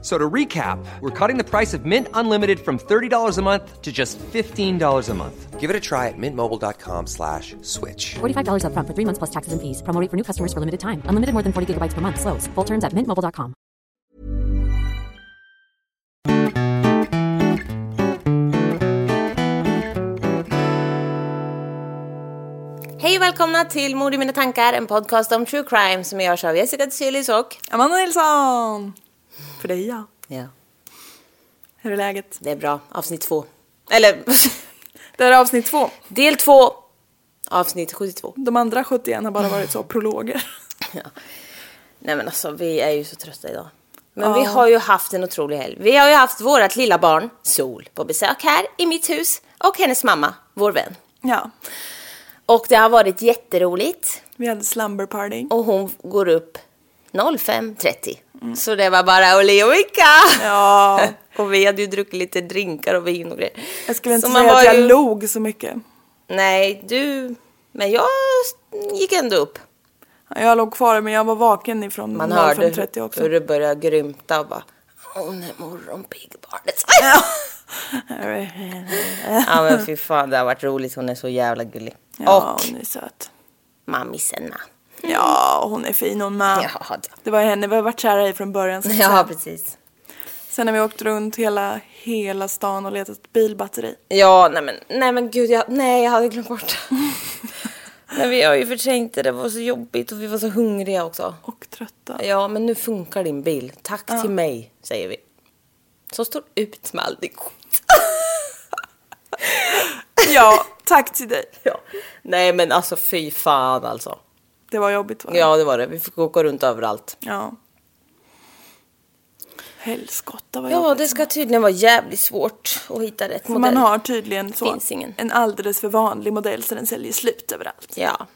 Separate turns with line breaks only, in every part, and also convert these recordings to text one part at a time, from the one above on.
So to recap, we're cutting the price of Mint Unlimited from $30 a month to just $15 a month. Give it a try at mintmobile.com slash switch.
$45 upfront for three months plus taxes and fees. Promo rate for new customers for limited time. Unlimited more than 40 gigabytes per month. Slows. Full terms at mintmobile.com.
Hej och välkomna till Mord i mina tankar, en podcast om true crime som görs av Jessica Thyselius och...
Amanda Nilsson! För dig ja.
Ja,
Hur är läget?
det är bra. Avsnitt två. Eller,
Det här är avsnitt två.
del två. Avsnitt 72.
De andra 71 har bara varit så prologer.
Nej men alltså, vi är ju så trötta idag. Men vi har ju haft en otrolig helg. Vi har ju haft vårt lilla barn, Sol, på besök här i mitt hus. Och hennes mamma, vår vän.
Ja,
Och det har varit jätteroligt.
vi hade slumber party.
Och hon går upp 05.30. Så det var bara Olli och Micka!
Ja,
Och vi hade ju druckit lite drinkar och vin och grejer.
jag skulle inte
Så man
säga
var
att jag
ju-
log så mycket.
Nej, du... Men jag gick ändå upp.
Jag låg kvar men jag var vaken ifrån
Man hörde
05.30 också.
hur det började grymta och bara... Hon är morgonpigg, barnet. ja, men fy fan, det har varit roligt. Hon är så jävla gullig.
Ja,
Och
hon är söt.
mammi Senna.
Ja, hon är fin hon med.
Ja, det-
Det var henne vi har varit kära i från början. Så att
ja,
säga.
precis.
Sen har vi åkt runt hela, hela stan och letat bilbatteri.
Ja, nej men, nej men gud, jag, nej, jag hade glömt bort det. nej, vi har ju förträngt det. Det var så jobbigt och vi var så hungriga också.
Och trötta.
Ja, men nu funkar din bil. Tack till mig, säger vi. Så står ut med all din skit.
Ja, tack till dig.
Ja. Nej, men alltså fy fan alltså.
Det var jobbigt va?
Ja, det var det. Vi fick åka runt överallt.
Ja. Helskotta vad
Ja,
jobbigt.
det ska tydligen vara jävligt svårt att hitta rätt
För
modell.
man har tydligen så
Finns ingen.
en alldeles för vanlig modell så den säljer slut överallt.
Ja,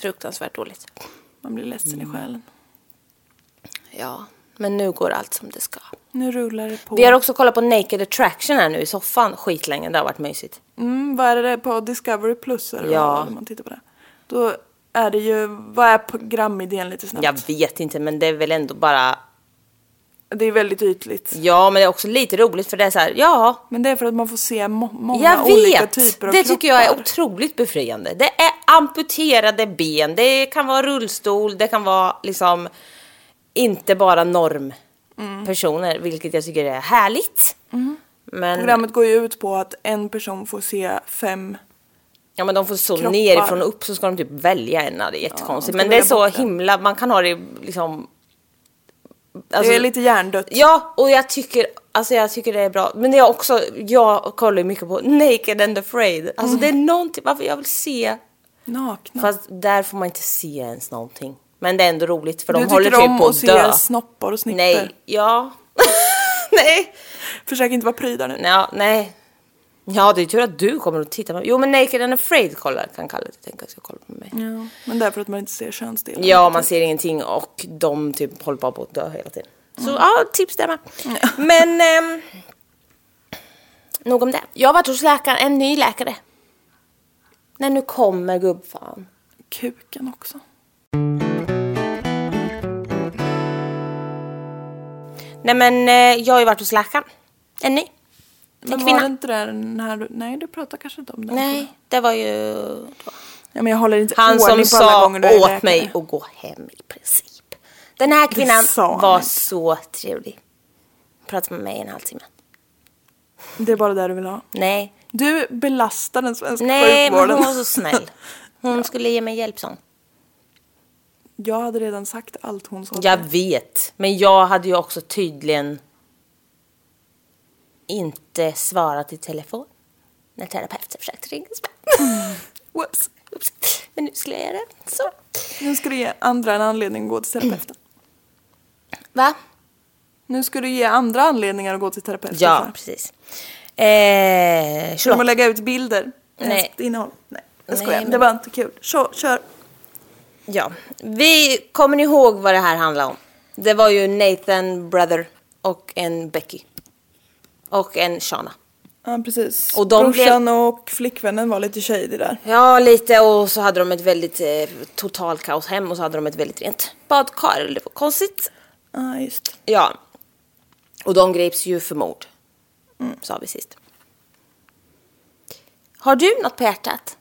fruktansvärt dåligt.
Man blir ledsen
Mm.
i själen.
Ja, men nu går allt som det ska.
Nu rullar det på.
Vi har också kollat på Naked Attraction här nu i soffan. Skitlänge, det har varit mysigt.
mm, vad är det på Discovery Plus? Eller
Ja.
vad, om man tittar på det. Då är det ju, vad är programidén lite snabbt?
Jag vet inte, men det är väl ändå bara...
Det är väldigt ytligt.
Ja, men det är också lite roligt för det är så här, ja,
Men det är för att man får se må- många
Jag
olika
vet!
typer av
det tycker jag är
kroppar.
otroligt befriande. Det är amputerade ben, det kan vara rullstol, det kan vara liksom inte bara
Mm.
normpersoner, vilket jag tycker är härligt. Men,
Programmet går ju ut på att en person får se fem
ja, men de får så
kroppar.
nerifrån och upp så ska de typ välja en, Ja, det är
de
jättekonstigt.
ska
men det är
välja
så
bort det.
himla, man kan ha det liksom... alltså-
det är lite hjärndött.
Ja, och jag tycker, alltså jag tycker det är bra. Men det är också, jag kollar ju mycket på Naked and Afraid. Alltså det är
Mm.
någonting, varför jag vill se
Nakna.
Fast där får man inte se ens någonting. Men det är ändå roligt för de
du
håller
tycker
typ
om
på
att
att dö.
se snoppar och snipper.
Nej, ja. nej.
Försök inte vara prydare nu.
Ja, nej. Ja, det är tur att du kommer att titta på Jo, men Naked and Afraid kollar, kan Kalle tänka sig att kolla på mig.
Ja, men därför att man inte ser könsdelar.
Ja, man ser ingenting och de typ håller bara på att dö hela tiden. Så ja, tips där med. Men... Ehm, nog om det. Jag har varit hos läkaren, en ny läkare. Nej, nu kommer gubbfan.
Kuken också.
Nej men eh, jag har ju varit hos läkaren. En ny.
Men
kvinna.
var det inte där när du... Nej, du pratar kanske inte om det.
Nej, det var ju
Ja, men jag håller inte
han som
ordning på alla
sa
gånger du är läkare.
åt mig att gå hem i princip. Den här kvinnan
sa han
var
inte.
så trevlig. Pratade med mig i en halvtimme.
Det är bara det du vill ha.
Nej,
Du belastar den svenska
nej men
sjukvården.
hon var så snäll. Hon skulle ge mig hjälp sa hon.
Jag hade redan sagt allt hon sa. till
Jag
mig.
vet, men jag hade ju också tydligen inte svarat i telefon när terapeuten försökte ringa mig.
Whoops.
Oops. Men nu skulle jag göra det. Så.
Nu ska du ge andra en anledning att gå till terapeuten.
Va?
Nu ska du ge andra anledningar att gå till terapeuten.
Ja, precis. Eh,
Genom att
Charlotte.
lägga ut bilder.
Nej.
Ens Innehåll. Nej, jag
Nej,
skojar.
men-
Det var inte kul. Kör. kör.
Ja. Vi, kommer ni ihåg vad det här handlar om? Det var ju Nathan Brother och en Becky. Och en Shana.
Ja, precis.
Och de blev-
Brorsan och flickvännen var lite shady där.
Ja, lite och så hade de ett väldigt eh, total kaos hem och så hade de ett väldigt rent badkar. Det var konstigt.
Ja, just.
Ja. Och de greps ju för mord. Sa vi sist. Har du något på hjärtat?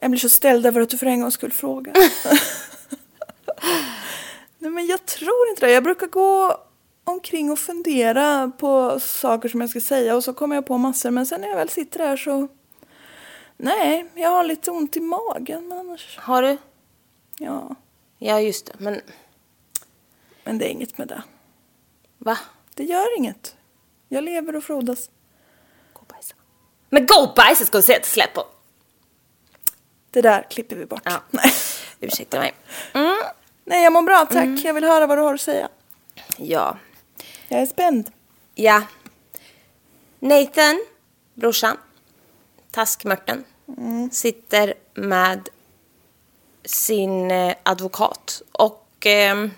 Jag blir så ställd över att du för en gång skulle fråga. Nej men jag tror inte det. Jag brukar gå omkring och fundera på saker som jag ska säga och så kommer jag på massor men sen när jag väl sitter där så... Nej, jag har lite ont i magen men annars...
Har du?
Ja,
Ja, just det. Men
men det är inget med det.
va?
Det gör inget. Jag lever och frodas.
Gå och bajsa. Men gå och bajsa ska du se att det släpper.
Det där klipper vi bort.
Ja.
Nej.
Ursäkta mig. Mm.
Nej, jag mår bra tack. Jag vill höra vad du har att säga.
Ja.
Jag är spänd.
Ja. Nathan, brorsan, taskmörten,
Mm.
sitter med sin eh, advokat och ehm,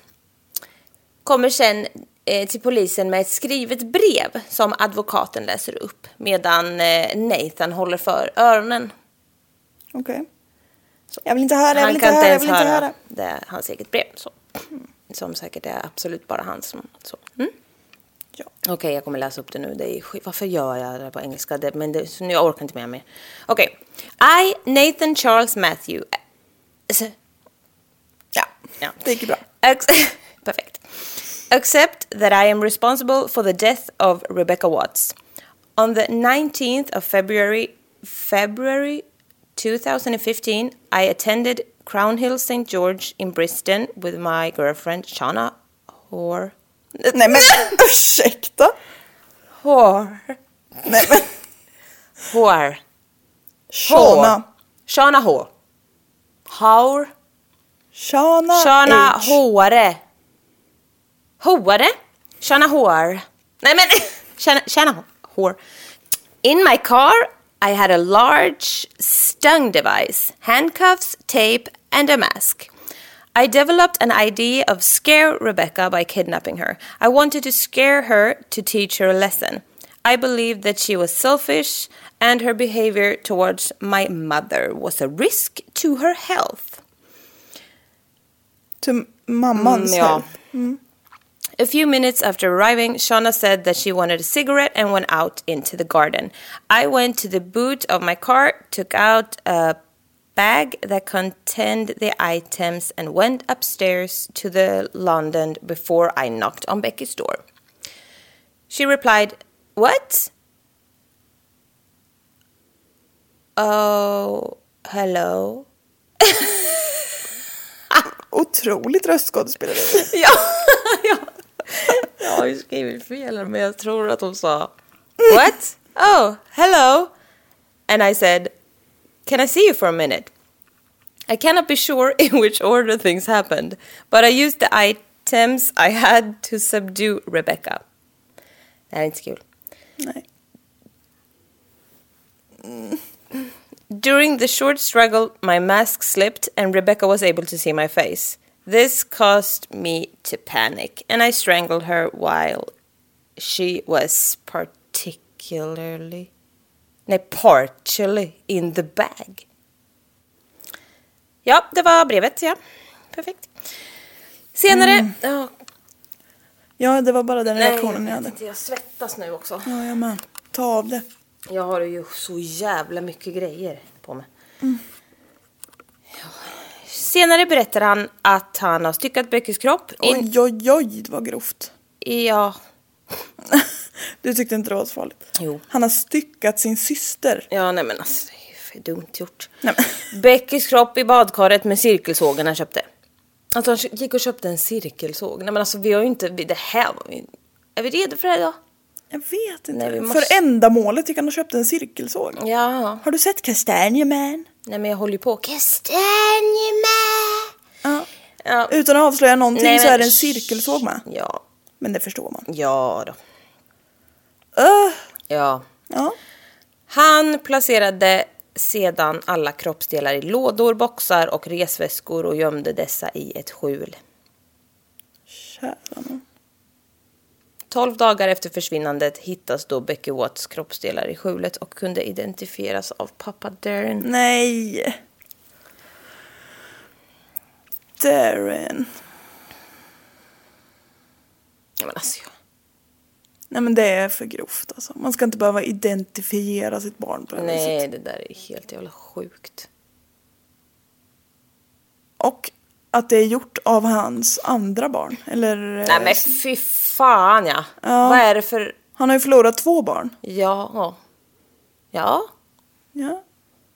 kommer sen eh, till polisen med ett skrivet brev som advokaten läser upp medan eh, Nathan håller för öronen.
Okej. Jag vill inte höra, jag
Han
vill inte
kan
höra,
inte ens
jag vill inte
höra.
höra.
Det är hans eget brev. Så. Som säkert är absolut bara hans. som- Så. Mm?
Ja.
Okej, jag kommer läsa upp det nu. Det är, skit- varför gör jag det här på engelska? Det, men det, så nu jag orkar inte med mer. Okej. I, Nathan Charles Matthew. s-
Ja,
Ja.
det gick ju bra.
Ac- Perfect. Accept that I am responsible for the death of Rebecca Watts. On the 19th of February, February 2015, I attended Crown Hill St. George in Bristol with my girlfriend Shauna Hoare.
Nej men ursäkta!
Hoare.
Nej men
Hoare.
Shana.
Shauna Hoare. Hoare.
Shana
Shana
H.
Hoare. Hoare? Shana Hoare. Nej men, Shana, Shana Hoare. In my car I had a large stung device, handcuffs, tape and a mask. I developed an idea of scare Rebecca by kidnapping her. I wanted to scare her to teach her a lesson. I believed that she was selfish and her behavior towards my mother was a risk to her health.
Till mammans
Mm, ja.
ja.
A few minutes after arriving, Shauna said that she wanted a cigarette and went out into the garden. I went to the boot of my car, took out a bag that contained the items, and went upstairs to the London before I knocked on Becky's door. She replied, What? Oh, hello.
Otroligt röstskådespeleri.
Ja, ja. Jag har ju skrivit fel men jag tror att hon sa What? Oh, hello! And I said Can I see you for a minute? I cannot be sure in which order things happened, but I used the items I had to subdue Rebecca. Det här är inte så kul.
Nej.
During the short struggle, my mask slipped and Rebecca was able to see my face. This caused me to panic, and I strangled her while she was particularly, nej, partially in the bag. Ja, det var brevet, ja. Perfekt. Senare... Åh,
Ja, det var bara den
nej,
reaktionen Mm. jag
jag, vet
hade.
inte, jag svettas nu också.
Ja, jag med. Ta av det.
Jag har ju så jävla mycket grejer på mig.
Mm.
Ja. Senare berättar han att han har styckat Beckys kropp. In...
Oj, oj, oj, det var grovt.
Ja.
Du tyckte inte det var så farligt?
Jo.
Han har styckat sin syster.
ja, nej men alltså det är ju för dumt gjort.
Nej,
Beckys kropp i badkaret med cirkelsågen han köpte. Alltså han kö- gick och köpte en cirkelsåg. Nej men alltså vi har ju inte, vi- det här var vi... Är vi redo för det här idag?
Jag vet inte.
Nej, vi måste-
För ändamålet gick han och köpte en cirkelsåg.
Ja.
Har du sett Kastanje Man?
Nej men jag håller ju på. Kastanje med!
Ja.
Ja.
Utan att avslöja någonting
Nej,
så
men-
är det en cirkelsåg med.
Ja.
Men det förstår man.
Ja då.
Öh,
Ja.
ja.
Han placerade sedan alla kroppsdelar i lådor, boxar och resväskor och gömde dessa i ett skjul.
Kära nån.
12 dagar efter försvinnandet hittas då Becky Watts kroppsdelar i skjulet och kunde identifieras av pappa Darren.
Nej! Darren.
Ja, Men alltså, jag...
Nej men det är för grovt alltså. Man ska inte behöva identifiera sitt barn på det här viset.
Nej, det där är helt jävla sjukt.
Och att det är gjort av hans andra barn. Eller...
Nej men fy fan ja.
Ja.
Vad är det för...
Han har ju förlorat två barn.
Ja. Ja.
Ja.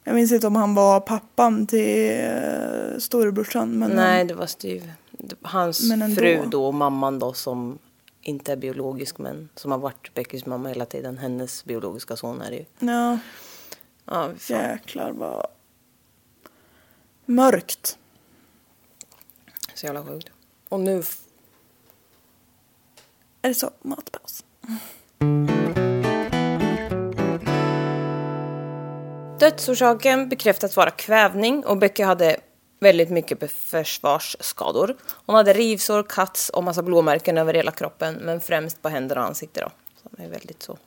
Jag minns inte om han var pappan till eh, storebrorsan. Men
Nej, det var Steve. Det var Hans
Men ändå.
fru då och mamman då som inte är biologisk men som har varit Beckys mamma hela tiden. Hennes biologiska son är det ju.
Ja,
Ja, fan.
jäklar vad mörkt.
Så jävla sjukt. Och nu... f-
Är det så? Matpaus.
Dödsorsaken bekräftas vara kvävning och Becky hade väldigt mycket be- försvarsskador. Hon hade rivsår, cuts och massa blåmärken över hela kroppen men främst på händer och ansikte då. Som är väldigt så.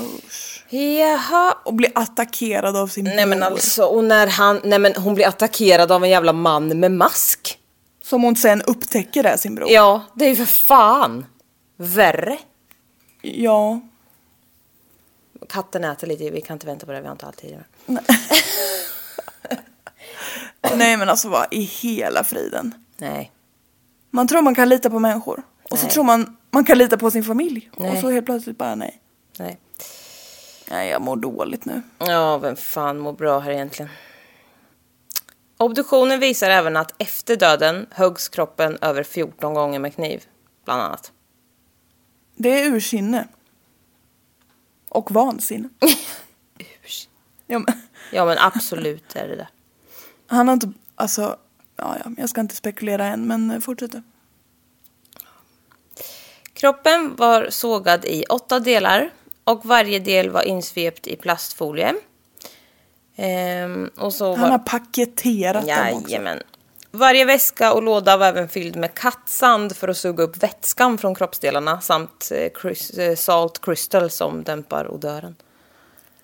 Usch.
Jaha,
Och bli attackerad av sin
Nej men
bror.
alltså, och när han, nej men hon blir attackerad av en jävla man med mask.
Som hon sen upptäcker är sin bror.
Ja, det är ju för fan värre.
Ja.
Katten äter lite, vi kan inte vänta på det, vi har inte all tid.
Nej men alltså vad i hela friden.
Nej.
Man tror man kan lita på människor. Och så
Nej.
tror man man kan lita på sin familj. Och
Nej.
så helt plötsligt bara nej.
Nej.
Nej jag mår dåligt nu.
Ja, vem fan mår bra här egentligen? Obduktionen visar även att efter döden höggs kroppen över 14 gånger med kniv, bland annat.
Det är ursinne. Och vansinne. Ja, men,
Ja men absolut är det det.
han har inte, alltså, ja, ja, jag ska inte spekulera än men eh, fortsätt du.
Kroppen var sågad i åtta delar och varje del var insvept i plastfolie. Ehm, och så
Han
var...
har paketerat dem också.
Jajamän. Varje väska och låda var även fylld med kattsand för att suga upp vätskan från kroppsdelarna samt eh, crys- eh, salt crystal som dämpar odören.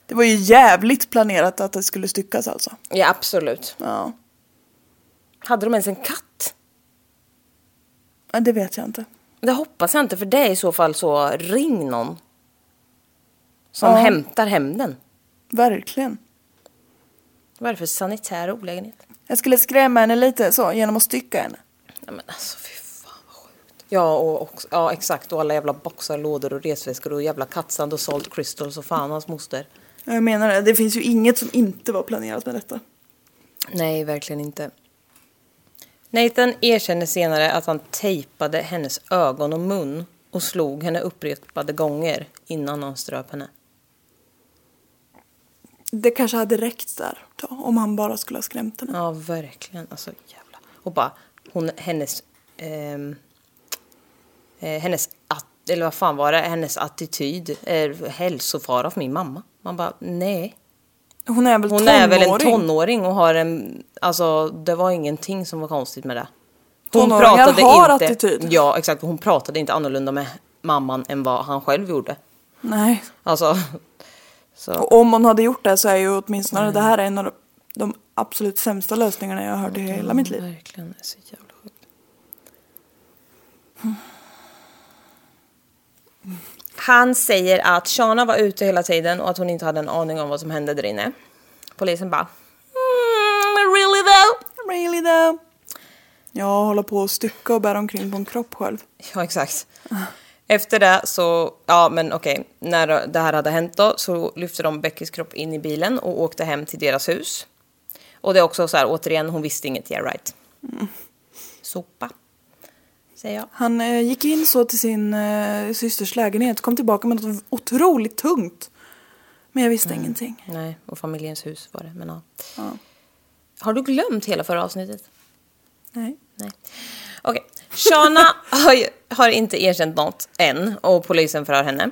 Det var ju jävligt planerat att det skulle styckas alltså.
Ja, absolut.
Ja,
Hade de ens en katt?
Ja, det vet jag inte.
Det hoppas jag inte, för det är i så fall så ring någon. Som
Ja.
hämtar hem den.
Verkligen.
Vad är det för sanitär olägenhet?
Jag skulle skrämma henne lite så genom att stycka henne.
Ja, men alltså fy fan vad sjukt. Ja, och också, ja exakt. Och alla jävla boxar, lådor och resväskor och jävla kattsand och salt crystals och fan hans moster.
Ja, Jag menar det, det finns ju inget som inte var planerat med detta.
Nej, verkligen inte. Nathan erkänner senare att han tejpade hennes ögon och mun och slog henne upprepade gånger innan han ströp henne.
Det kanske hade räckt där då, om han bara skulle ha skrämt henne.
Ja, verkligen. Alltså jävla. Och bara hon, hennes... ehm, eh, hennes att, eller vad fan var det? Hennes attityd är hälsofara för min mamma. Man bara, nej.
Hon är väl
Hon
tonåring?
är väl en tonåring och har en... Alltså, det var ingenting som var konstigt med det. Hon
Tonåringar
pratade
har
inte,
attityd.
Ja, exakt. Hon pratade inte annorlunda med mamman än vad han själv gjorde.
Nej.
Alltså... Så,
Och om hon hade gjort det så är ju åtminstone det här är en av de absolut sämsta lösningarna jag har hört i hela mitt liv.
verkligen. Det är så jävla sjukt. Han säger att Shana var ute hela tiden och att hon inte hade en aning om vad som hände där inne. Polisen bara... Mm, really though?
Really though. Jag håller på att stycka och bära omkring på en kropp själv.
Ja, exakt. Efter det så, ja men okej, när det här hade hänt då så lyfte de Beckys kropp in i bilen och åkte hem till deras hus. Och det är också så här, återigen, hon visste inget, yeah right. Sopa, säger jag.
Han eh, gick in så till sin eh, systers lägenhet, kom tillbaka med något otroligt tungt. Men jag
Mm.
visste ingenting.
Nej, och familjens hus var det, men ja.
Ja.
Har du glömt hela förra avsnittet?
Nej.
Nej. Okej. Shana har, ju- har inte erkänt något än och polisen förhör henne.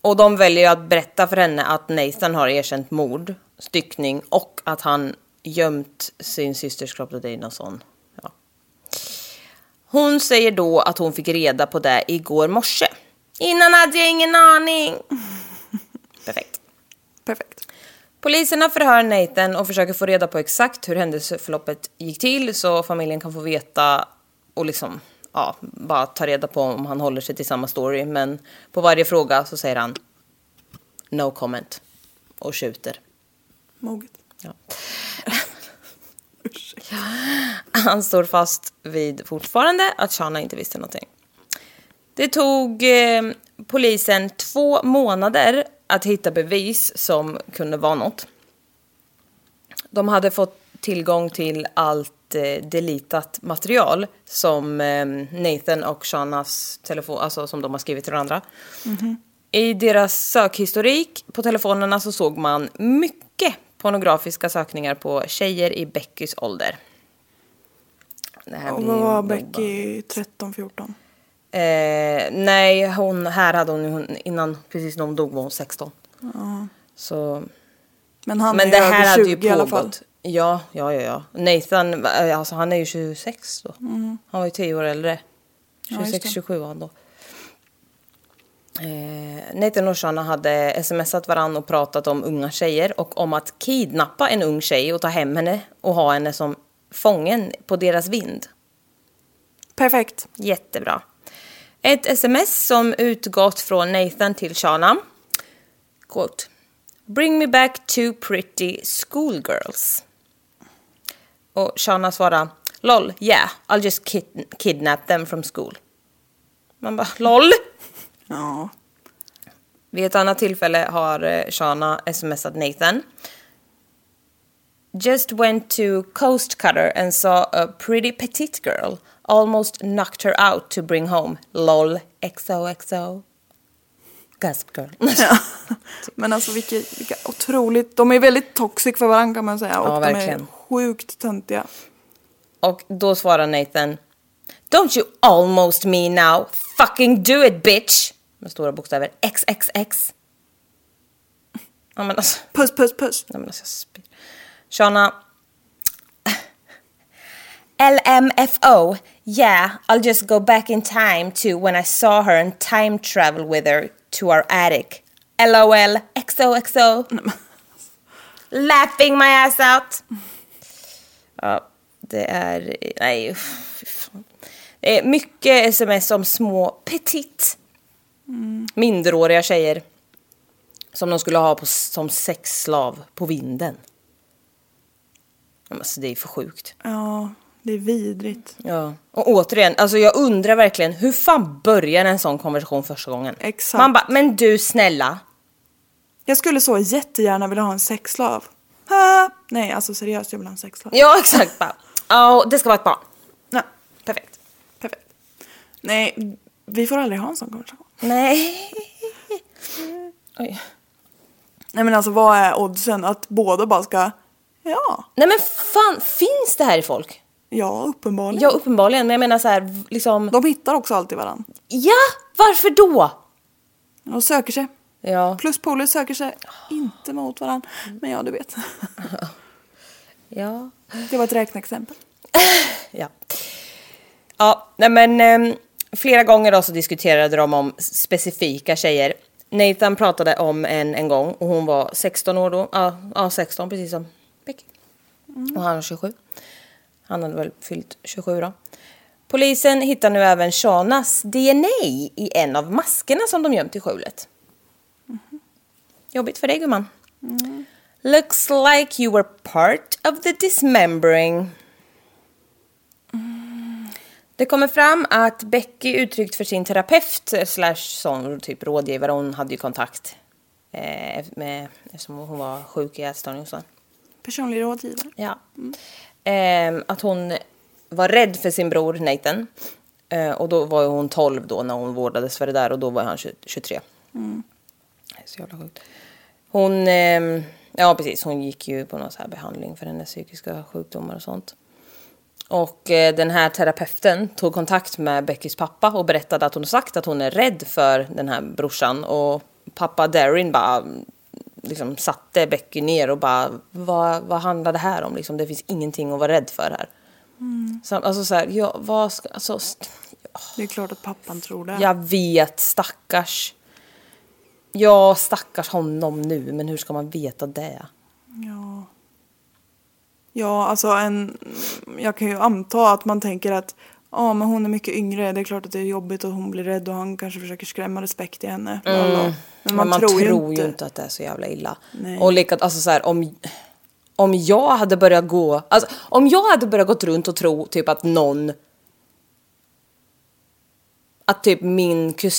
Och de väljer ju att berätta för henne att Nathan har erkänt mord. styckning och att han gömt sin systers kropp. Det är någon sån. Ja. Hon säger då att hon fick reda på det igår morse. Innan hade jag ingen aning. Perfekt.
Perfekt.
Poliserna förhör Nathan och försöker få reda på exakt hur händelseförloppet gick till så familjen kan få veta och liksom, ja, bara ta reda på om han håller sig till samma story. Men på varje fråga så säger han no comment och skjuter.
Moget.
Ja. Han står fast vid fortfarande att Shana inte visste någonting. Det tog eh, polisen två månader att hitta bevis som kunde vara något. De hade fått tillgång till allt eh, deletat material som eh, Nathan och Shanas telefon, alltså som de har skrivit till varandra.
Mhm.
I deras sökhistorik på telefonerna så såg man mycket pornografiska sökningar på tjejer i Beckys ålder. Det här
Och
blir
vad
ju
var
nog bara-
Becky 13, 14?
Eh, nej, hon, här hade hon, hon innan precis när hon dog var hon 16. Så,
Men han
men
är
det
över
här
20
hade ju
i alla fall.
pågått. Ja, ja, ja, ja. Nathan, eh, alltså han är ju 26 då. Han var ju 10 år äldre.
Mm. Ja, just
26,
det.
27 var han då. Eh, Nathan och Shana hade smsat varann och pratat om unga tjejer och om att kidnappa en ung tjej och ta hem henne och ha henne som fången på deras vind.
Perfekt.
Jättebra. Ett sms som utgått från Nathan till Shana. Quote. Bring me back two pretty schoolgirls. Och Shana svarar. LOL, yeah, I'll just kid- kidnap them from school. Man bara LOL!
Ja.
Vid ett annat tillfälle har eh, Shana smsat Nathan. Just went to Coast Cutter and saw a pretty petite girl. Almost knocked her out to bring home. LOL XOXO. Gasp girl.
Ja. Men alltså vilka, vilka otroligt, de är väldigt toxic för varandra kan man säga. och de
verkligen.
är sjukt töntiga.
Och då svarar Nathan. Don't you almost me now. Fucking do it bitch. Med stora bokstäver. XXX. Ja men alltså.
Puss, puss, puss.
Nej men alltså jag spyr. Shana. LMFO. Yeah, I'll just go back in time to when I saw her and time travel with her to our attic. LOL. XOXO. Laughing my ass out. Ja, det är... Nej, uff, fy fan. Det är mycket sms om små petit. Minderåriga tjejer. Som de skulle ha på, som sexslav på vinden. Ja, men Alltså det är för sjukt.
Ja, det är vidrigt.
Ja. Och återigen, alltså jag undrar verkligen hur fan börjar en sån konversation första gången?
Exakt.
Man bara, men du snälla.
Jag skulle så jättegärna vilja ha en sexslav. Ha! Nej, alltså seriöst, jag vill ha en sexslav.
Ja exakt bara. Ja, och det ska vara ett barn.
Nej,
Perfekt.
perfekt. Nej, vi får aldrig ha en sån konversation.
Nej. Oj.
Nej men alltså vad är oddsen att båda bara ska, ja,
Nej men fan, finns det här i folk?
ja uppenbarligen.
Ja uppenbarligen, men jag menar så här v- liksom.
De hittar också alltid varandra.
Ja, varför då?
De söker sig.
Ja. Mm.
Pluspoler söker sig inte mot varandra. Men ja, du vet.
Ja.
Det var ett räkneexempel.
Ja. Ja, nej men ehm, flera gånger då så diskuterade de om specifika tjejer. Nathan pratade om en en gång och hon var 16 år då. Ja, ja 16 precis som Becky. Och han var 27. Han hade väl fyllt 27 då. Polisen hittar nu även Shanas DNA i en av maskerna som de gömt i skjulet. Jobbigt för dig gumman. Looks like you were part of the dismembering. Det kommer fram att Becky uttryckt för sin terapeut eh, slash sån typ rådgivare, hon hade ju kontakt eh, med, eftersom hon var sjuk i ätstörning och sådär.
Personlig rådgivare.
Ja. Ehm, att hon var rädd för sin bror Nathan. Eh, och då var ju hon 12 då när hon vårdades för det där och då var han 20, 23. Det är Så jävla sjukt. Hon, ehm, ja precis, hon gick ju på någon så här behandling för hennes psykiska sjukdomar och sånt. Och eh, den här terapeuten tog kontakt med Beckys pappa och berättade att hon sagt att hon är rädd för den här brorsan och pappa Darin bara liksom satte Becky ner och bara, vad, vad handlar det här om? Liksom, det finns ingenting att vara rädd för här. Så, alltså så här, ja, vad ska, alltså, st-
Det är klart att pappan tror det.
jag vet, stackars. Ja, stackars honom nu, men hur ska man veta det?
Ja. Ja, alltså en... Jag kan ju anta att man tänker att ja, men hon är mycket yngre. Det är klart att det är jobbigt och hon blir rädd och han kanske försöker skrämma respekt i henne. bla, bla.
Mm. Men man, tror, ju inte. att det är så jävla illa.
Nej.
Och likadant, alltså så här, om, om jag hade börjat gå, alltså om jag hade börjat gått runt och tro typ att någon, att typ min kusin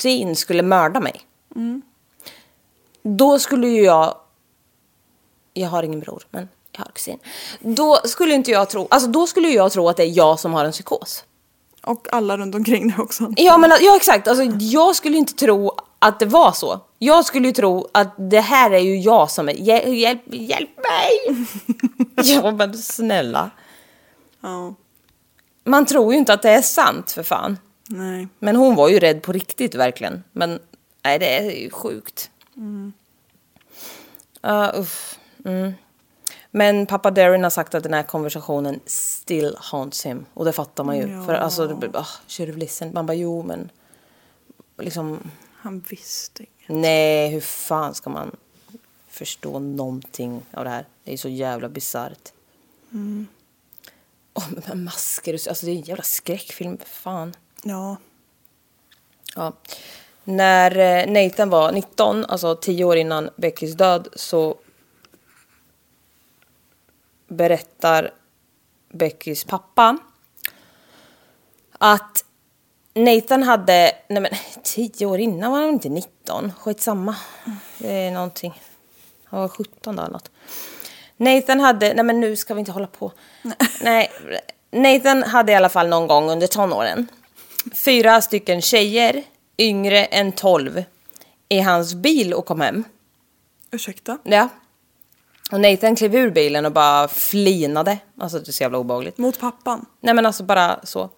kusin skulle mörda mig. Mm. Då skulle ju jag... Jag har ingen bror, men jag har kusin. Då skulle inte jag tro... Alltså då skulle ju jag tro att det är jag som har en psykos.
Och alla runt omkring det också.
Ja, men ja, exakt. Alltså, jag skulle ju inte tro att det var så. Jag skulle ju tro att det här är ju jag som är... Hjälp, hjälp, hjälp mig! ja, men snälla.
Ja,
Man tror ju inte att det är sant, för fan.
nej.
Men hon var ju rädd på riktigt verkligen. Men nej, det är ju sjukt. Ja, uff. Mm. Men pappa Darren har sagt att den här konversationen still haunts him. Och det fattar man ju. För alltså, det blir, ah, should have listened. Man bara, jo men. Liksom,
Han visste inget.
nej, hur fan ska man förstå någonting av det här? Det är ju så jävla bisarrt. Åh, men med masker och så- Alltså det är en jävla skräckfilm, fan.
Ja.
Ja. När eh, Nathan var 19, alltså 10 år innan Beckys död, så berättar Beckys pappa att Nathan hade, nej men 10 år innan var han inte 19, skitsamma. Det är någonting. Han var 17 då eller något. Nathan hade, nej men nu ska vi inte hålla på. Nej, Nathan hade i alla fall någon gång under tonåren fyra stycken tjejer yngre än 12 i hans bil och kom hem.
Ursäkta?
Ja. Och Nathan klev ur bilen och bara flinade. Alltså det är så jävla obehagligt.
Mot pappan?
Nej men alltså bara så.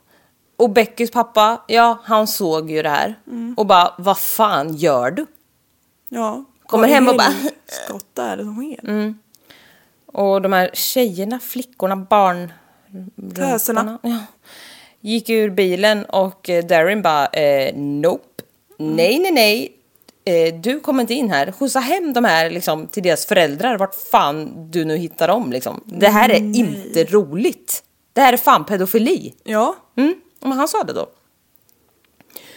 Och Beckys pappa, ja han såg ju det här. Och bara, vad fan gör du?
Ja.
Kommer
Vad i
hem och bara- Mm.
Skott är det som sker?
Och de här tjejerna, flickorna, barn...
Töserna.
Ja. Gick ur bilen och eh, Darren bara eh, nope. Nej, nej, nej. Eh, du kommer inte in här. Skjutsa hem de här liksom, till deras föräldrar. Vart fan du nu hittar dem liksom. Det här är inte roligt. Det här är fan pedofili.
Ja.
Mm, men han sa det då.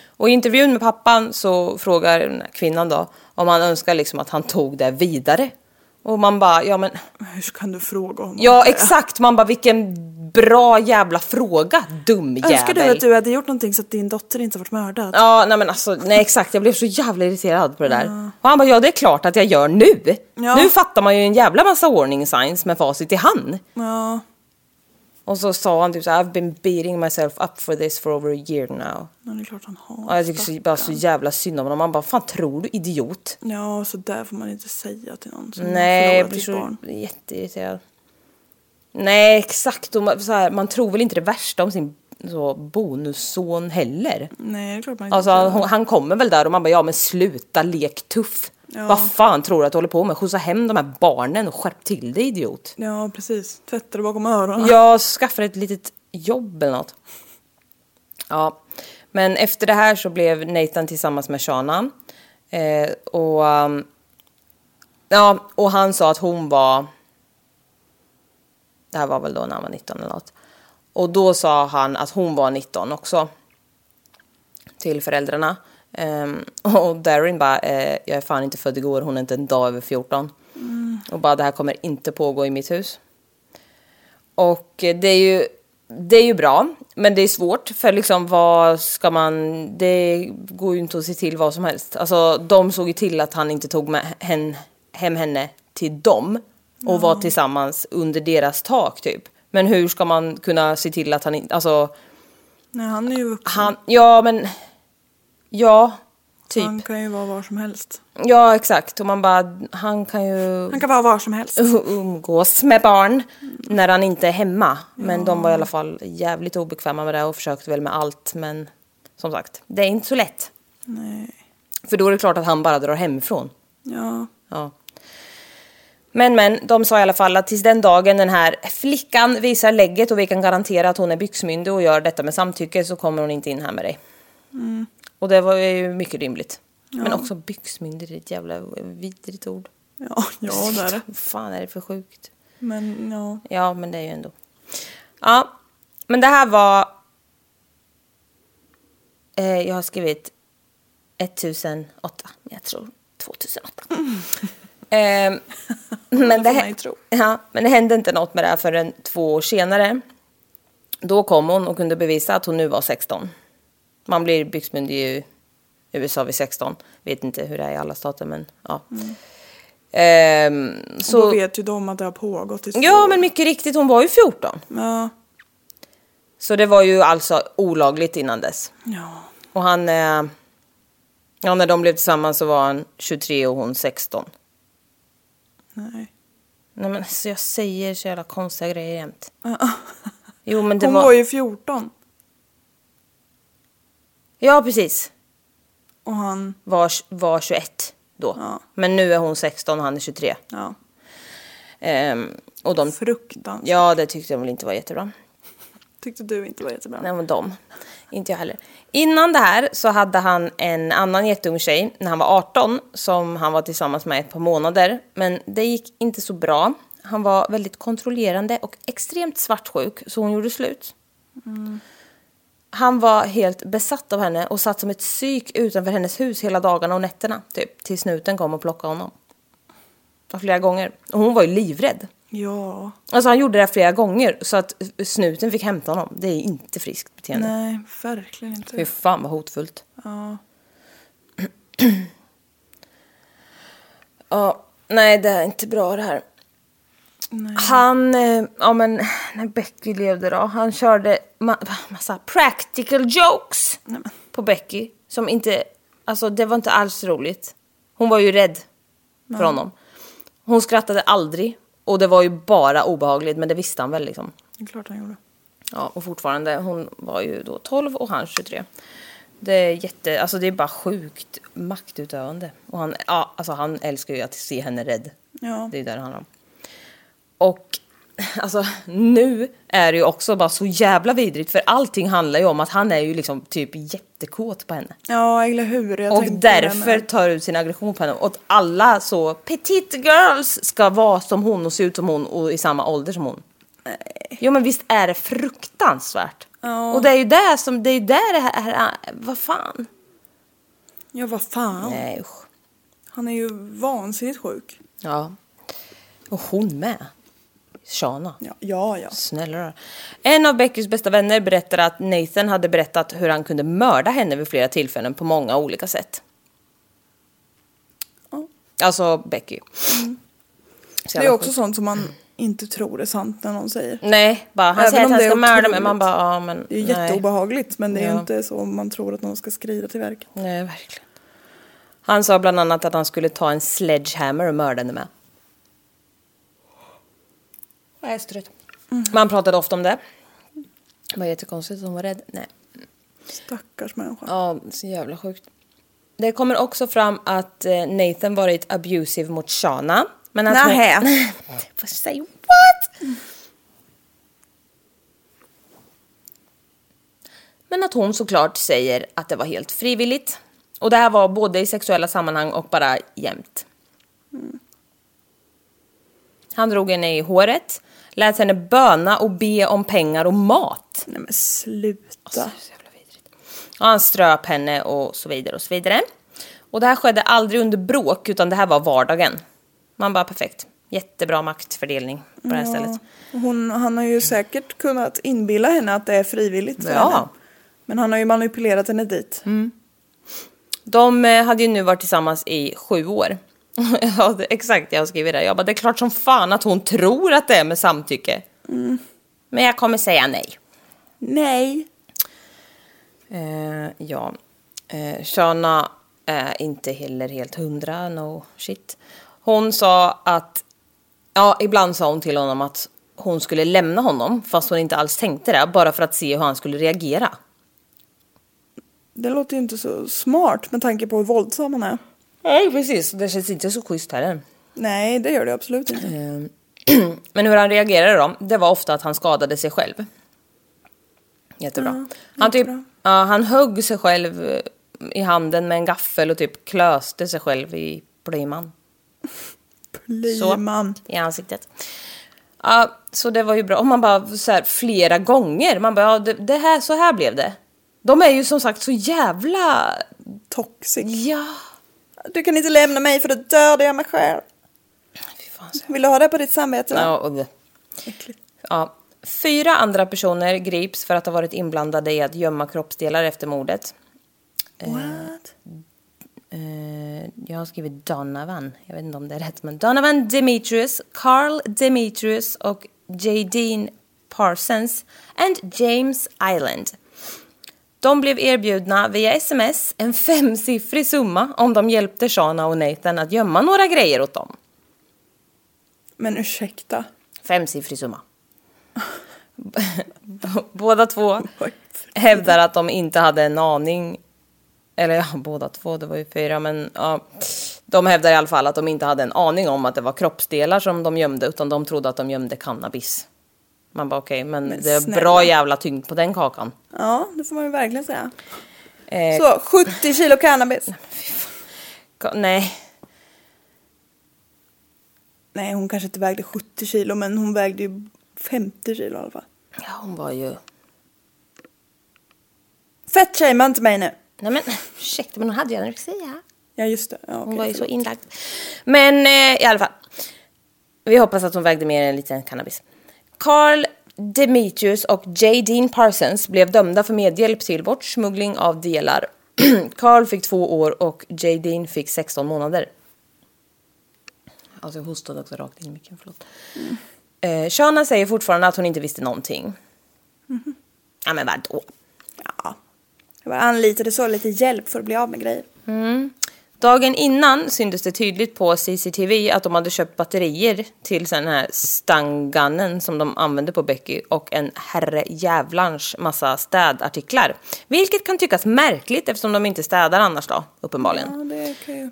Och i intervjun med pappan så frågar den här kvinnan då om han önskar liksom att han tog det vidare. Och man bara, ja men
Hur kan du fråga honom?
Ja exakt, man bara vilken bra jävla fråga dum jävel.
Önskar du att du hade gjort någonting så att din dotter inte varit mördad?
Ja nej men alltså nej exakt jag blev så jävla irriterad på det där. Och han bara ja det är klart att jag gör nu.
Ja.
Nu fattar man ju en jävla massa warning signs med facit i hand.
Ja.
Och så sa han typ så här, I've been beating myself up for this for over a year now.
men det är klart han har.
Och jag tycker så, bara så jävla synd om honom. Man bara fan tror du idiot?
Ja, så där får man inte säga till någon som
Nej, jag
förlorat
blir
sitt
så
barn.
jätteirriterad. Nej, exakt. Och man, så här, man tror väl inte det värsta om sin så, bonusson heller.
Nej, det är klart man inte
Alltså,
gör.
hon, han kommer väl där och man bara ja men sluta lek tuff.
Ja.
Vad fan tror du att du håller på med? Skjutsa hem de här barnen och skärp till dig idiot.
Ja, precis. Tvätta det bakom öronen.
Jag skaffar ett litet jobb eller något. Ja, men efter det här så blev Nathan tillsammans med Shana. Eh, och, um, ja, och han sa att hon var... Det här var väl då när han var 19 eller något. Och då sa han att hon var 19 också. Till föräldrarna. Ehm, och Darin bara, eh, jag är fan inte född igår, hon är inte en dag över 14. Och bara, det här kommer inte pågå i mitt hus. Och eh, det är ju det är ju bra, men det är svårt för liksom vad ska man... Det går ju inte att se till vad som helst. Alltså de såg ju till att han inte tog med hen, hem henne till dem och var tillsammans under deras tak typ. Men hur ska man kunna se till att han inte... Alltså
Nej, han är ju vuxen.
han... Ja men... Ja, typ.
Han kan ju vara var som helst.
Ja exakt och man bara, han kan ju
Han kan vara var som helst.
u- umgås med barn när han inte är hemma. Men de var i alla fall jävligt obekväma med det och försökte väl med allt. Men som sagt, det är inte så lätt.
Nej.
För då är det klart att han bara drar hemifrån.
Ja.
Ja. Men men, de sa i alla fall att tills den dagen den här flickan visar lägget och vi kan garantera att hon är byxmyndig och gör detta med samtycke så kommer hon inte in här med dig.
Mm.
Och det var ju mycket rimligt. Men också byxmyndig, det är ett jävla vidrigt ord.
Ja, ja det är det.
Vad fan är det för sjukt?
Men ja.
Ja, men det är ju ändå. Ja, men det här var... Eh, jag har skrivit 1008, men jag tror 2008. Ehm, men, det,
Mm. får man ju
hä-
tro.
ja, men det hände inte något med det här förrän två år senare. Då kom hon och kunde bevisa att hon nu var 16. Man blir byxmyndig i USA vid 16. Vet inte hur det är i alla stater, men ja.
Mm.
Ehm,
Så... Då
så,
vet ju de att det har pågått i
ja, men mycket riktigt, hon var ju 14.
Ja.
Så det var ju alltså olagligt innan dess.
Ja.
Och han... Eh, ja, när de blev tillsammans så var han 23 och hon 16.
Nej.
Nej men alltså jag säger så jävla konstiga grejer jämt. Jo men det
Hon
var...
var ju 14
Ja precis.
och han...
Var, var 21 då.
Ja.
Men nu är hon 16 och han är 23.
Ja.
Ehm, och de...
Fruktansvärt.
Ja det tyckte de väl inte var jättebra.
Tyckte du inte var jättebra.
Nej men de. Inte jag heller. Innan det här så hade han en annan jätteung tjej när han var 18 som han var tillsammans med ett par månader. Men det gick inte så bra. Han var väldigt kontrollerande och extremt svartsjuk så hon gjorde slut. Han var helt besatt av henne och satt som ett psyk utanför hennes hus hela dagarna och nätterna. Typ tills snuten kom och plockade honom. Och flera gånger. Och hon var ju livrädd.
Ja.
Alltså han gjorde det här flera gånger så att snuten fick hämta honom. Det är inte friskt beteende.
Nej, verkligen
Fy
inte.
fan vad hotfullt.
Ja.
Ja, nej det är inte bra det här.
Nej.
Han, eh, ja men när Becky levde då, han körde ma- massa practical jokes
Nej, men.
på Becky. Som inte, alltså det var inte alls roligt. Hon var ju rädd för honom. Hon skrattade aldrig och det var ju bara obehagligt men det visste han väl liksom.
Det är klart han gjorde.
Ja, och fortfarande, hon var ju då 12 och han 23. Det är jätte, alltså det är bara sjukt maktutövande. Och han, ja, alltså han älskar ju att se henne rädd.
Ja.
Det är ju där det handlar om. Och alltså nu är det ju också bara så jävla vidrigt för allting handlar ju om att han är ju liksom typ jättekåt på henne.
Ja, eller hur? Jag
Och
tänkte det
därför
med.
tar ut sin aggression på henne. Och att alla så petite girls ska vara som hon och se ut som hon och i samma ålder som hon. Nej. Jo men visst är det fruktansvärt.
Ja.
Och det är ju där som, det är ju där det här, här vad fan.
Ja, vad fan.
Nej usch.
Han är ju vansinnigt sjuk.
Ja. Och hon med. Shana.
Ja, ja. ja.
Snälla rara. En av Beckys bästa vänner berättar att Nathan hade berättat hur han kunde mörda henne vid flera tillfällen på många olika sätt.
Ja.
Alltså Becky. Så
Mm. Det är
jävla
också
sjukt.
sånt som man inte tror är sant när någon säger.
Nej, bara han
Även
säger att
om
han
det är
ska mörda mig.
otroligt.
Man bara, ja men
Det är ju
nej.
jätteobehagligt men det är ju
Ja.
inte så man tror att någon ska skrida till verket.
nej, verkligen. Han sa bland annat att han skulle ta en sledgehammer och mörda henne med. Jag är så trött. Man pratade ofta om det. Det var jättekonstigt att hon var rädd. Nej.
Stackars människa.
Ja, så jävla sjukt. Det kommer också fram att eh, Nathan varit abusive mot Shana. Men att
Nähä.
hon... Vad säger what? Men att hon såklart säger att det var helt frivilligt. Och det här var både i sexuella sammanhang och bara jämt. Han drog henne i håret, lät henne böna och be om pengar och mat.
Nej men sluta.
Alltså, Så jävla vidrigt. Och han ströp henne och så vidare och så vidare. Och det här skedde aldrig under bråk utan det här var vardagen. Man bara perfekt. Jättebra maktfördelning på det här stället.
Hon, han har ju säkert kunnat inbilla henne att det är frivilligt för
Ja. Mm.
henne. Men han har ju manipulerat henne dit.
De eh, hade ju nu varit tillsammans i sju år. ja, det, exakt, jag har skrivit det. Jag bara, det är klart som fan att hon tror att det är med samtycke. Men jag kommer säga nej.
Nej.
Eh, ja. Eh, Shana är inte heller helt hundra, no shit. Hon sa att, ja ibland sa hon till honom att hon skulle lämna honom fast hon inte alls tänkte det, bara för att se hur han skulle reagera.
Det låter ju inte så smart med tanke på hur våldsam han är.
Nej precis, det känns inte så schysst heller.
Nej, det gör det absolut inte.
Eh, Men hur han reagerade då, det var ofta att han skadade sig själv. Jättebra. Han, typ,
jättebra.
ja, han högg sig själv eh, i handen med en gaffel och typ klöste sig själv i plyman. Så,
Plyman.
i ansiktet. Ja, så det var ju bra. Och man bara så här, flera gånger. Man bara, ja, det, det här, så här blev det. De är ju som sagt så jävla...
Toxic.
Ja.
Du kan inte lämna mig för då dödar jag mig själv.
Fy fan, så-
Vill du ha det på ditt samvete?
Ja, och det.
Äckligt.
Ja. Fyra andra personer grips för att ha varit inblandade i att gömma kroppsdelar efter mordet.
What?
Eh, jag har skrivit Donovan. Jag vet inte om det är rätt, men Donovan Demetrius, Carl Demetrius och Jadine Parsons and James Island. De blev erbjudna via sms en femsiffrig summa om de hjälpte Shana och Nathan att gömma några grejer åt dem.
Men ursäkta.
Femsiffrig summa. Båda två
Oj.
hävdar att de inte hade en aning. Eller ja, båda två, det var ju fyra, men ja. De hävdar i alla fall att de inte hade en aning om att det var kroppsdelar som de gömde, utan de trodde att de gömde cannabis. Man bara okej, men,
Men
det är
snälla.
bra jävla tyngd på den kakan.
Ja, det får man ju verkligen säga.
Eh,
Så, 70 kilo cannabis.
ka- nej,
Nej, hon kanske inte vägde 70 kilo, men hon vägde ju 50 kilo i alla fall.
ja, hon var ju...
Fettshamea inte mig nu.
Nej men ursäkta, men hon hade ju anorexia.
Ja, just det. Ja, okej,
Hon var ju så
förlåt.
inlagd. Men eh, i alla fall. Vi hoppas att hon vägde mer än lite cannabis. Carl Demetrius och J. Dean Parsons blev dömda för medhjälp till bortsmuggling av delar. Carl fick två år och J. Dean fick 16 månader. Alltså jag hostade också rakt in i micken, förlåt.
Mm.
Eh, Shana säger fortfarande att hon inte visste någonting.
Mm-hmm.
Ja men vadå?
Ja. Jag bara anlitade så lite hjälp för att bli av med grejer.
Dagen innan syntes det tydligt på CCTV att de hade köpt batterier till den här stangannen som de använde på Becky och en herrejävlans massa städartiklar. Vilket kan tyckas märkligt eftersom de inte städar annars då, uppenbarligen.
Ja, det kan ju...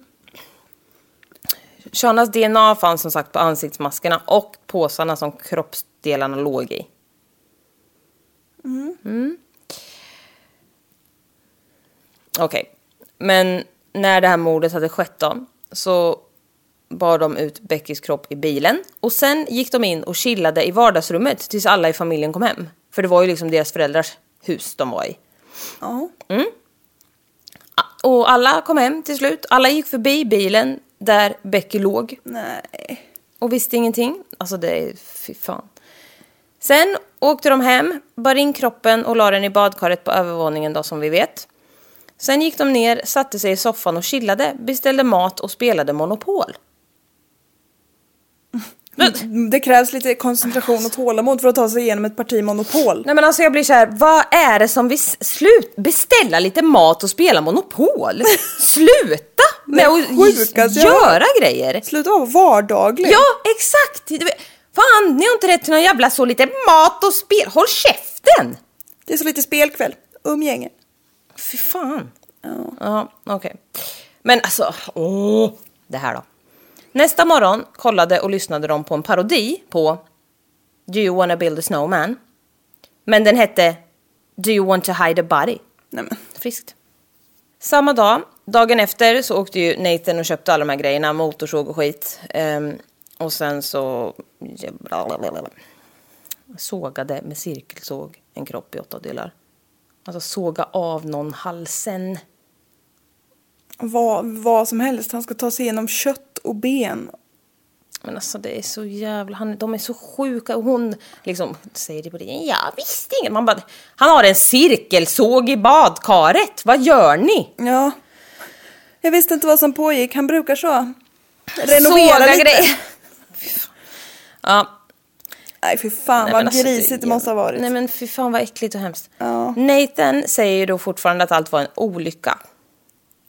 Shanas DNA fanns som sagt på ansiktsmaskerna och påsarna som kroppsdelarna låg i. Mm. Okej, men när det här mordet hade skett då så bar de ut Beckys kropp i bilen och sen gick de in och chillade i vardagsrummet tills alla i familjen kom hem. För det var ju liksom deras föräldrars hus de var i.
Ja.
Och alla kom hem till slut. Alla gick förbi bilen där Becky låg.
Nej.
och visste ingenting. Alltså det är, fy fan. Sen åkte de hem, bar in kroppen och la den i badkaret på övervåningen då som vi vet. Sen gick de ner, satte sig i soffan och chillade, beställde mat och spelade Monopol. Men,
Det krävs lite koncentration och tålamod för att ta sig igenom ett parti monopol.
nej men alltså jag blir så här, vad är det som vi... s- Slut! Beställa lite mat och spela Monopol! Sluta med att
sjukaste jag har
göra grejer!
Sluta vara vardaglig.
Ja, exakt! Du vet- Fan, ni har inte rätt till någon jävla så lite mat och spel. Håll käften!
Det är så lite spelkväll. Umgänge.
Fy fan. Ja, okej. Men alltså, åh, det här då. Nästa morgon kollade och lyssnade de på en parodi på Do you wanna build a snowman? Men den hette Do you want to hide a body?
Nej men.
Friskt. Samma dag, dagen efter, så åkte ju Nathan och köpte alla de här grejerna, motorsåg och skit. Ehm, och sen så... Sågade med cirkelsåg en kropp i åtta delar. Alltså såga av någon halsen.
Vad, vad som helst. Han ska ta sig igenom kött och ben.
Men alltså det är så jävla... Han, de är så sjuka och hon liksom säger det på det. Jag visste inget. Man bara, han har en cirkelsåg i badkaret. Vad gör ni?
Ja. Jag visste inte vad som pågick. Han brukar så. Renovera
Såga
lite.
grejer. Fy fan. Ja,
Nej fy fan
Nej,
vad
men alltså,
grisigt det,
är-
måste ha varit.
Nej men fy fan vad äckligt och hemskt.
Ja.
Nathan säger ju då fortfarande att allt var en olycka.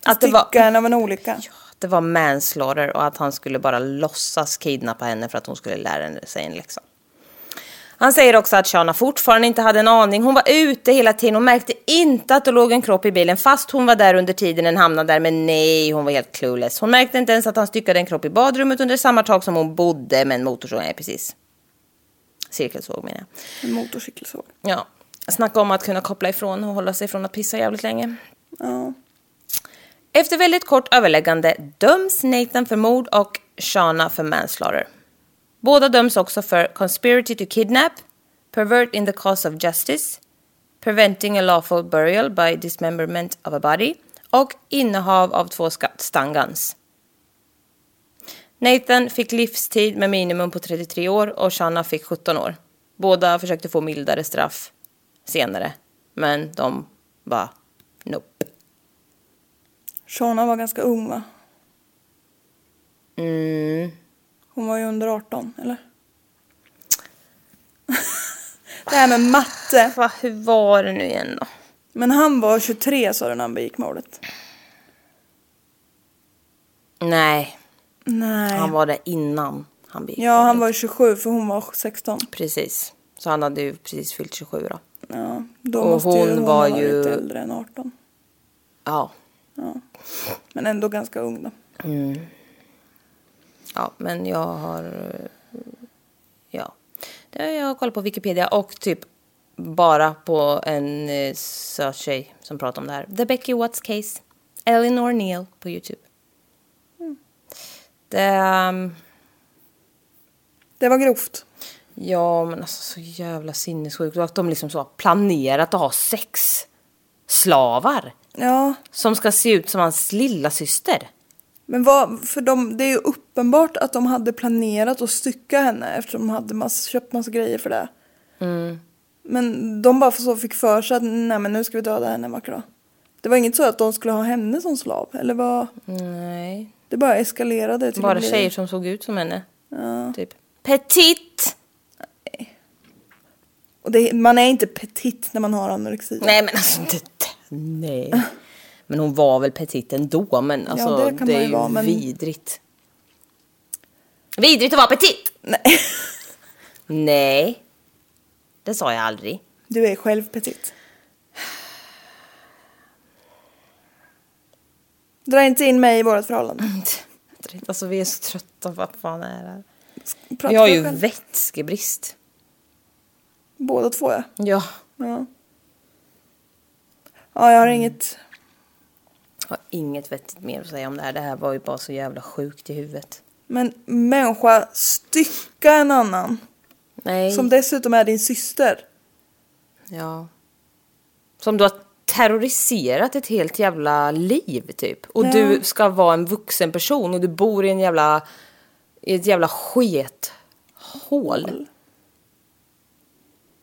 Att det var,
Styckaren av en olycka.
att det var manslaughter och att han skulle bara låtsas kidnappa henne för att hon skulle lära henne- sig en läxa. Han säger också att Shana fortfarande inte hade en aning. Hon var ute hela tiden och märkte inte att det låg en kropp i bilen fast hon var där under tiden den hamnade där. Men nej, hon var helt clueless. Hon märkte inte ens att han styckade en kropp i badrummet under samma tak som hon bodde med en motorsåg. Nej, precis. Cirkelsåg menar jag.
En motorcykelsåg.
Ja, snacka om att kunna koppla ifrån och hålla sig från att pissa jävligt länge.
Ja.
Efter väldigt kort överläggande döms Nathan för mord och Shana för manslaughter. Båda döms också för conspiracy to kidnap, pervert in the cause of justice, preventing a lawful burial by dismemberment of a body och innehav av två ska- stun guns. Nathan fick livstid med minimum på 33 år och Shanna fick 17 år. Båda försökte få mildare straff senare, men de bara nope.
Shona var ganska ung va?
Mm.
Hon var ju under 18 eller? det här med matte.
Va, hur var det nu igen då?
Men han var 23 sa du när han begick mordet.
Nej,
Nej.
han var där innan han begick
Ja han
mordet.
var ju 27 för hon var 16.
Precis, så han hade ju precis fyllt 27 då.
Ja, då
Och
måste
hon
ju hon
var
var
ju-
varit äldre än 18.
Ja,
Men ändå ganska ung då.
ja men jag har... eh, Ja, Det har jag har kollat på Wikipedia och typ bara på en eh, söt tjej som pratar om det här. The Becky Watts Case, Eleanor Neal på Youtube. Mm. Det... ehm,
Det var grovt.
Ja, men alltså så jävla sinnessjukt. Och att de liksom så har planerat att ha sex slavar
Ja,
som ska se ut som hans lilla syster.
men vad, för de, det är ju uppenbart att de hade planerat att stycka henne eftersom de hade mass, köpt massa grejer för det.
Mm.
Men de bara så fick för sig att nej men nu ska vi döda henne en vacker dag. Det var inget så att de skulle ha henne som slav eller vad?
Nej.
Det bara eskalerade. till att
Bara
bli-
tjejer som såg ut som henne.
Ja.
Typ. Petit!
Och det, man är inte petit när man har anorexi.
Nej men alltså inte det. Nej. Men hon var väl petit ändå men alltså
det
det,
kan man
är
ju
ju
vara, men-
vidrigt. Vidrigt att vara petit!
Nej.
Nej. Det sa jag aldrig.
Du är själv petit. Dra inte in mig i vårt förhållande.
Alltså vi är så trötta, vad fan är det här?
Prata
Vi har
för
ju
dig själv.
vätskebrist.
Båda två ja.
Ja.
Ja. Ja, jag har inget.
Jag har inget vettigt mer att säga om det här. Det här var ju bara så jävla sjukt i huvudet.
Men människa, stycka en annan.
Nej.
Som dessutom är din syster.
Ja. Som du har terroriserat ett helt jävla liv typ. Och
Ja.
du ska vara en vuxen person och du bor i en jävla... I ett jävla skethål.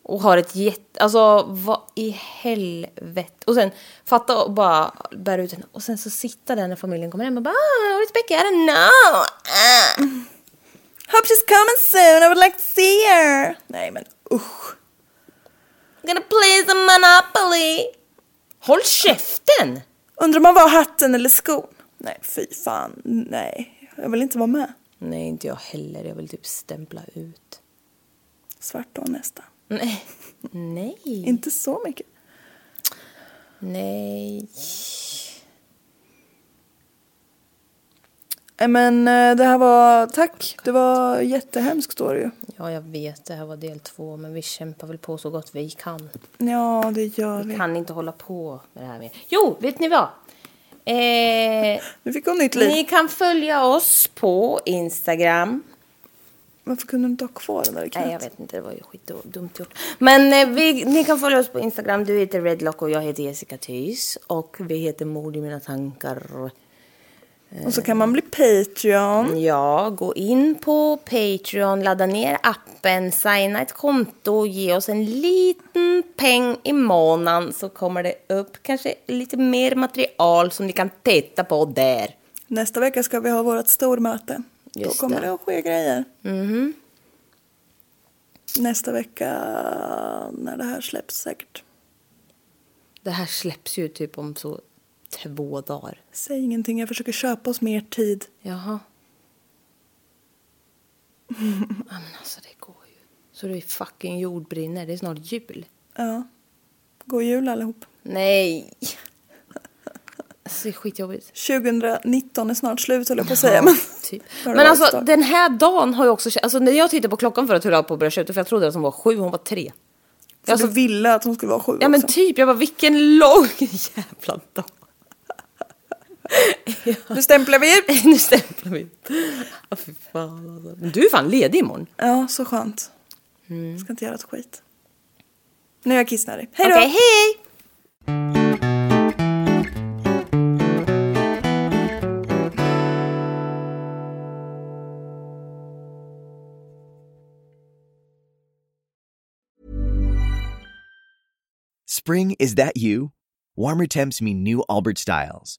Och har ett jätte... Alltså vad i helvete. Och sen fatta och bara bära ut henne. Och sen så sitta där när familjen kommer hem och bara ah, Årets Becky, I don't know. Ah.
Hope she's coming soon, I would like to see her. Nej men usch.
I'm gonna play some Monopoly! Håll käften!
Undrar om man var hatten eller skon. Nej fy fan, nej. Jag vill inte vara med.
Nej, inte jag heller. Jag vill typ stämpla ut.
Svart då nästa.
Nej. Nej.
Inte så mycket.
Nej.
Nej men eh, det här var, tack. Det var jättehemskt står det ju.
Ja, jag vet. Det här var del två, men vi kämpar väl på så gott vi kan.
Ja det gör vi.
Kan inte hålla på med det här mer. Jo, vet ni vad? Eh,
Nu fick hon nytt
ni
liv.
kan följa oss på Instagram.
Varför kunde du inte ha kvar den där
Nej, jag
knät?
vet inte. Det var ju skitdumt gjort. Men eh, vi, ni kan följa oss på Instagram. Du heter Redlock och jag heter Jessica Thys. Och vi heter Mord i mina tankar.
Och så kan man bli Patreon.
Ja, gå in på Patreon, ladda ner appen, signa ett konto, ge oss en liten peng i månaden så kommer det upp kanske lite mer material som ni kan titta på där.
Nästa vecka ska vi ha vårt stormöte. Då
Just
kommer
det. Mhm.
det att ske grejer. Nästa vecka när det här släpps säkert.
Det här släpps ju typ om så två dagar.
Säg ingenting, jag försöker köpa oss mer tid.
Jaha. ja, men alltså det går ju. Så det är fucking jordbrinner, det är snart jul.
Ja. God jul allihop.
Nej! Alltså, det är skitjobbigt.
2019 är snart slut höll jag på att säga. Men,
Typ.
Har
Men
det
alltså
varit ett tag.
den här dagen har ju också känt- alltså när jag tittade på klockan för att höll på att börja tjuta för jag trodde att hon var sju, hon var tre.
För
alltså-
du ville att hon skulle vara sju
Ja men
också.
typ, jag bara vilken lång jävla dag.
Nu stämplar vi ut!
nu stämplar vi ut. Ja, fy fan alltså. Men du är fan ledig imorgon.
Ja, så skönt.
Mm.
Ska inte göra ett skit. Nu är jag kissnödig. Hej då!
Okej, hej!
Spring, is that you? Warmer temps mean new Albert styles.